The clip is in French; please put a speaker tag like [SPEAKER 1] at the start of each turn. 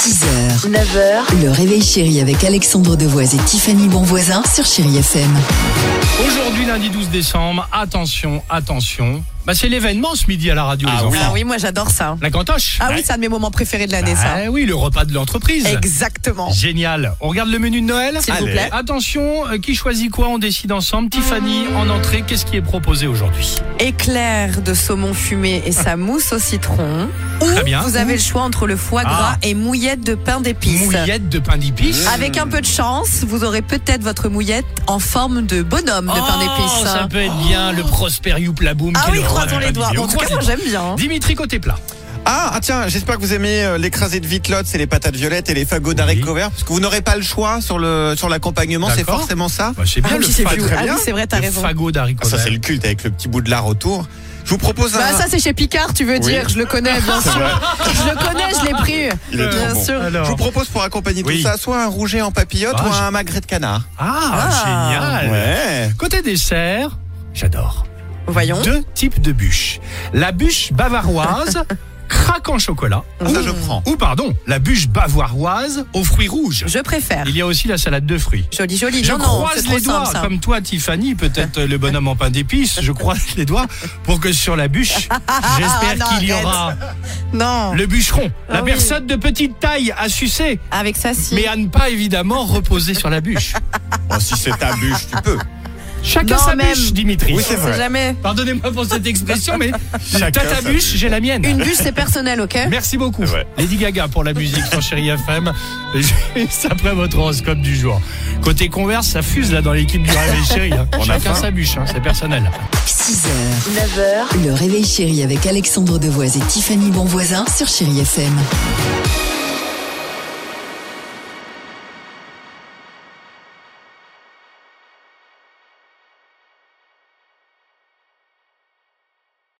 [SPEAKER 1] 6h, 9h, le réveil chéri avec Alexandre Devoise et Tiffany Bonvoisin sur Chéri FM.
[SPEAKER 2] Aujourd'hui, lundi 12 décembre, attention, attention. Bah, c'est l'événement ce midi à la radio, les enfants.
[SPEAKER 3] Ah oui, moi j'adore ça.
[SPEAKER 2] La cantoche.
[SPEAKER 3] Ah oui, c'est un de mes moments préférés de l'année, ça.
[SPEAKER 2] Ah oui, le repas de l'entreprise.
[SPEAKER 3] Exactement.
[SPEAKER 2] Génial. On regarde le menu de Noël
[SPEAKER 3] S'il vous
[SPEAKER 2] Allez.
[SPEAKER 3] plaît.
[SPEAKER 2] Attention, euh, qui choisit quoi On décide ensemble. Tiffany, en entrée, qu'est-ce qui est proposé aujourd'hui
[SPEAKER 3] Éclair de saumon fumé et sa mousse au citron.
[SPEAKER 2] Très bien. Ah.
[SPEAKER 3] Vous avez le choix entre le foie gras et mouillette de pain d'épices.
[SPEAKER 2] Mouillette de pain d'épices.
[SPEAKER 3] Avec un peu de chance, vous aurez peut-être votre mouillette en forme de bonhomme de pain
[SPEAKER 2] Oh,
[SPEAKER 3] d'épices.
[SPEAKER 2] ça peut être bien, le Prosperium Plaboum.
[SPEAKER 3] Ah
[SPEAKER 2] quel
[SPEAKER 3] oui,
[SPEAKER 2] horreur,
[SPEAKER 3] croisons
[SPEAKER 2] le pain
[SPEAKER 3] les doigts.
[SPEAKER 2] d'épices.
[SPEAKER 3] En
[SPEAKER 2] On
[SPEAKER 3] tout cas,
[SPEAKER 2] croise
[SPEAKER 3] moi
[SPEAKER 2] les doigts.
[SPEAKER 3] j'aime bien.
[SPEAKER 2] Dimitri, côté plat.
[SPEAKER 4] Ah, ah, tiens, j'espère que vous aimez euh, l'écrasé de vitelotte et les patates violettes et les fagots d'haricots verts parce que vous n'aurez pas le choix sur le sur l'accompagnement, c'est
[SPEAKER 2] D'accord.
[SPEAKER 4] forcément ça.
[SPEAKER 2] Bah, c'est bien
[SPEAKER 3] Ah
[SPEAKER 2] le
[SPEAKER 3] oui, c'est
[SPEAKER 2] fagot.
[SPEAKER 3] plus-
[SPEAKER 4] très
[SPEAKER 3] ah oui,
[SPEAKER 4] bien.
[SPEAKER 3] c'est vrai, t'as
[SPEAKER 2] le
[SPEAKER 3] raison.
[SPEAKER 2] fagot
[SPEAKER 4] Ah,
[SPEAKER 2] d'haricots
[SPEAKER 4] ça c'est
[SPEAKER 2] verts.
[SPEAKER 4] le culte avec le petit bout de lard autour. Je vous propose un
[SPEAKER 3] Bah ça c'est chez Picard, tu veux
[SPEAKER 4] Oui.
[SPEAKER 3] dire. Je le connais, bien sûr. Je le connais, je l'ai pris.
[SPEAKER 4] Il est
[SPEAKER 3] bien
[SPEAKER 4] trop bon.
[SPEAKER 3] sûr.
[SPEAKER 4] Je vous
[SPEAKER 2] Alors.
[SPEAKER 4] propose pour accompagner
[SPEAKER 2] Oui.
[SPEAKER 4] tout ça soit un rouget en papillote
[SPEAKER 2] Ah,
[SPEAKER 4] ou
[SPEAKER 2] j'ai-
[SPEAKER 4] un magret de canard.
[SPEAKER 2] Ah,
[SPEAKER 3] Ah.
[SPEAKER 2] génial.
[SPEAKER 4] Ouais.
[SPEAKER 2] Côté dessert, j'adore.
[SPEAKER 3] Voyons.
[SPEAKER 2] Deux types de bûches. La bûche bavaroise, craque en chocolat.
[SPEAKER 4] Ah, ça je prends.
[SPEAKER 2] Ou pardon, la bûche bavaroise aux fruits rouges.
[SPEAKER 3] Je préfère.
[SPEAKER 2] Il y a aussi la salade de fruits.
[SPEAKER 3] Joli, joli.
[SPEAKER 2] Je
[SPEAKER 3] non, non, c'est
[SPEAKER 2] croise
[SPEAKER 3] trop
[SPEAKER 2] les doigts,
[SPEAKER 3] simple, ça.
[SPEAKER 2] comme toi Tiffany, peut-être euh, le bonhomme en pain d'épices, je croise les doigts pour que sur la bûche, j'espère
[SPEAKER 3] non,
[SPEAKER 2] qu'il y
[SPEAKER 3] arrête.
[SPEAKER 2] aura
[SPEAKER 3] Non.
[SPEAKER 2] le bûcheron, la
[SPEAKER 3] Ah oui.
[SPEAKER 2] personne de petite taille à sucer,
[SPEAKER 3] Avec ça, si.
[SPEAKER 2] mais à ne pas évidemment reposer sur la bûche.
[SPEAKER 4] Oh, si c'est ta bûche, tu peux.
[SPEAKER 2] Chacun
[SPEAKER 3] Non,
[SPEAKER 2] sa
[SPEAKER 3] même.
[SPEAKER 2] bûche, Dimitri.
[SPEAKER 4] Oui, c'est
[SPEAKER 3] On sait
[SPEAKER 4] vrai.
[SPEAKER 3] jamais.
[SPEAKER 2] Pardonnez-moi pour cette expression, mais t'as
[SPEAKER 4] Chacun
[SPEAKER 2] ta
[SPEAKER 4] sa
[SPEAKER 2] bûche, j'ai la mienne.
[SPEAKER 3] Une bûche, c'est personnel, ok
[SPEAKER 2] Merci beaucoup.
[SPEAKER 4] Ouais.
[SPEAKER 2] Lady Gaga pour la musique sur Chéri FM. Juste après votre horoscope du jour. Côté converse, ça fuse là dans l'équipe du Réveil Chéri. hein.
[SPEAKER 4] On a
[SPEAKER 2] Chacun
[SPEAKER 4] faim.
[SPEAKER 2] sa bûche, hein, c'est personnel.
[SPEAKER 1] 6h, 9h, le réveil chéri avec Alexandre Devoise et Tiffany Bonvoisin sur Chéri FM.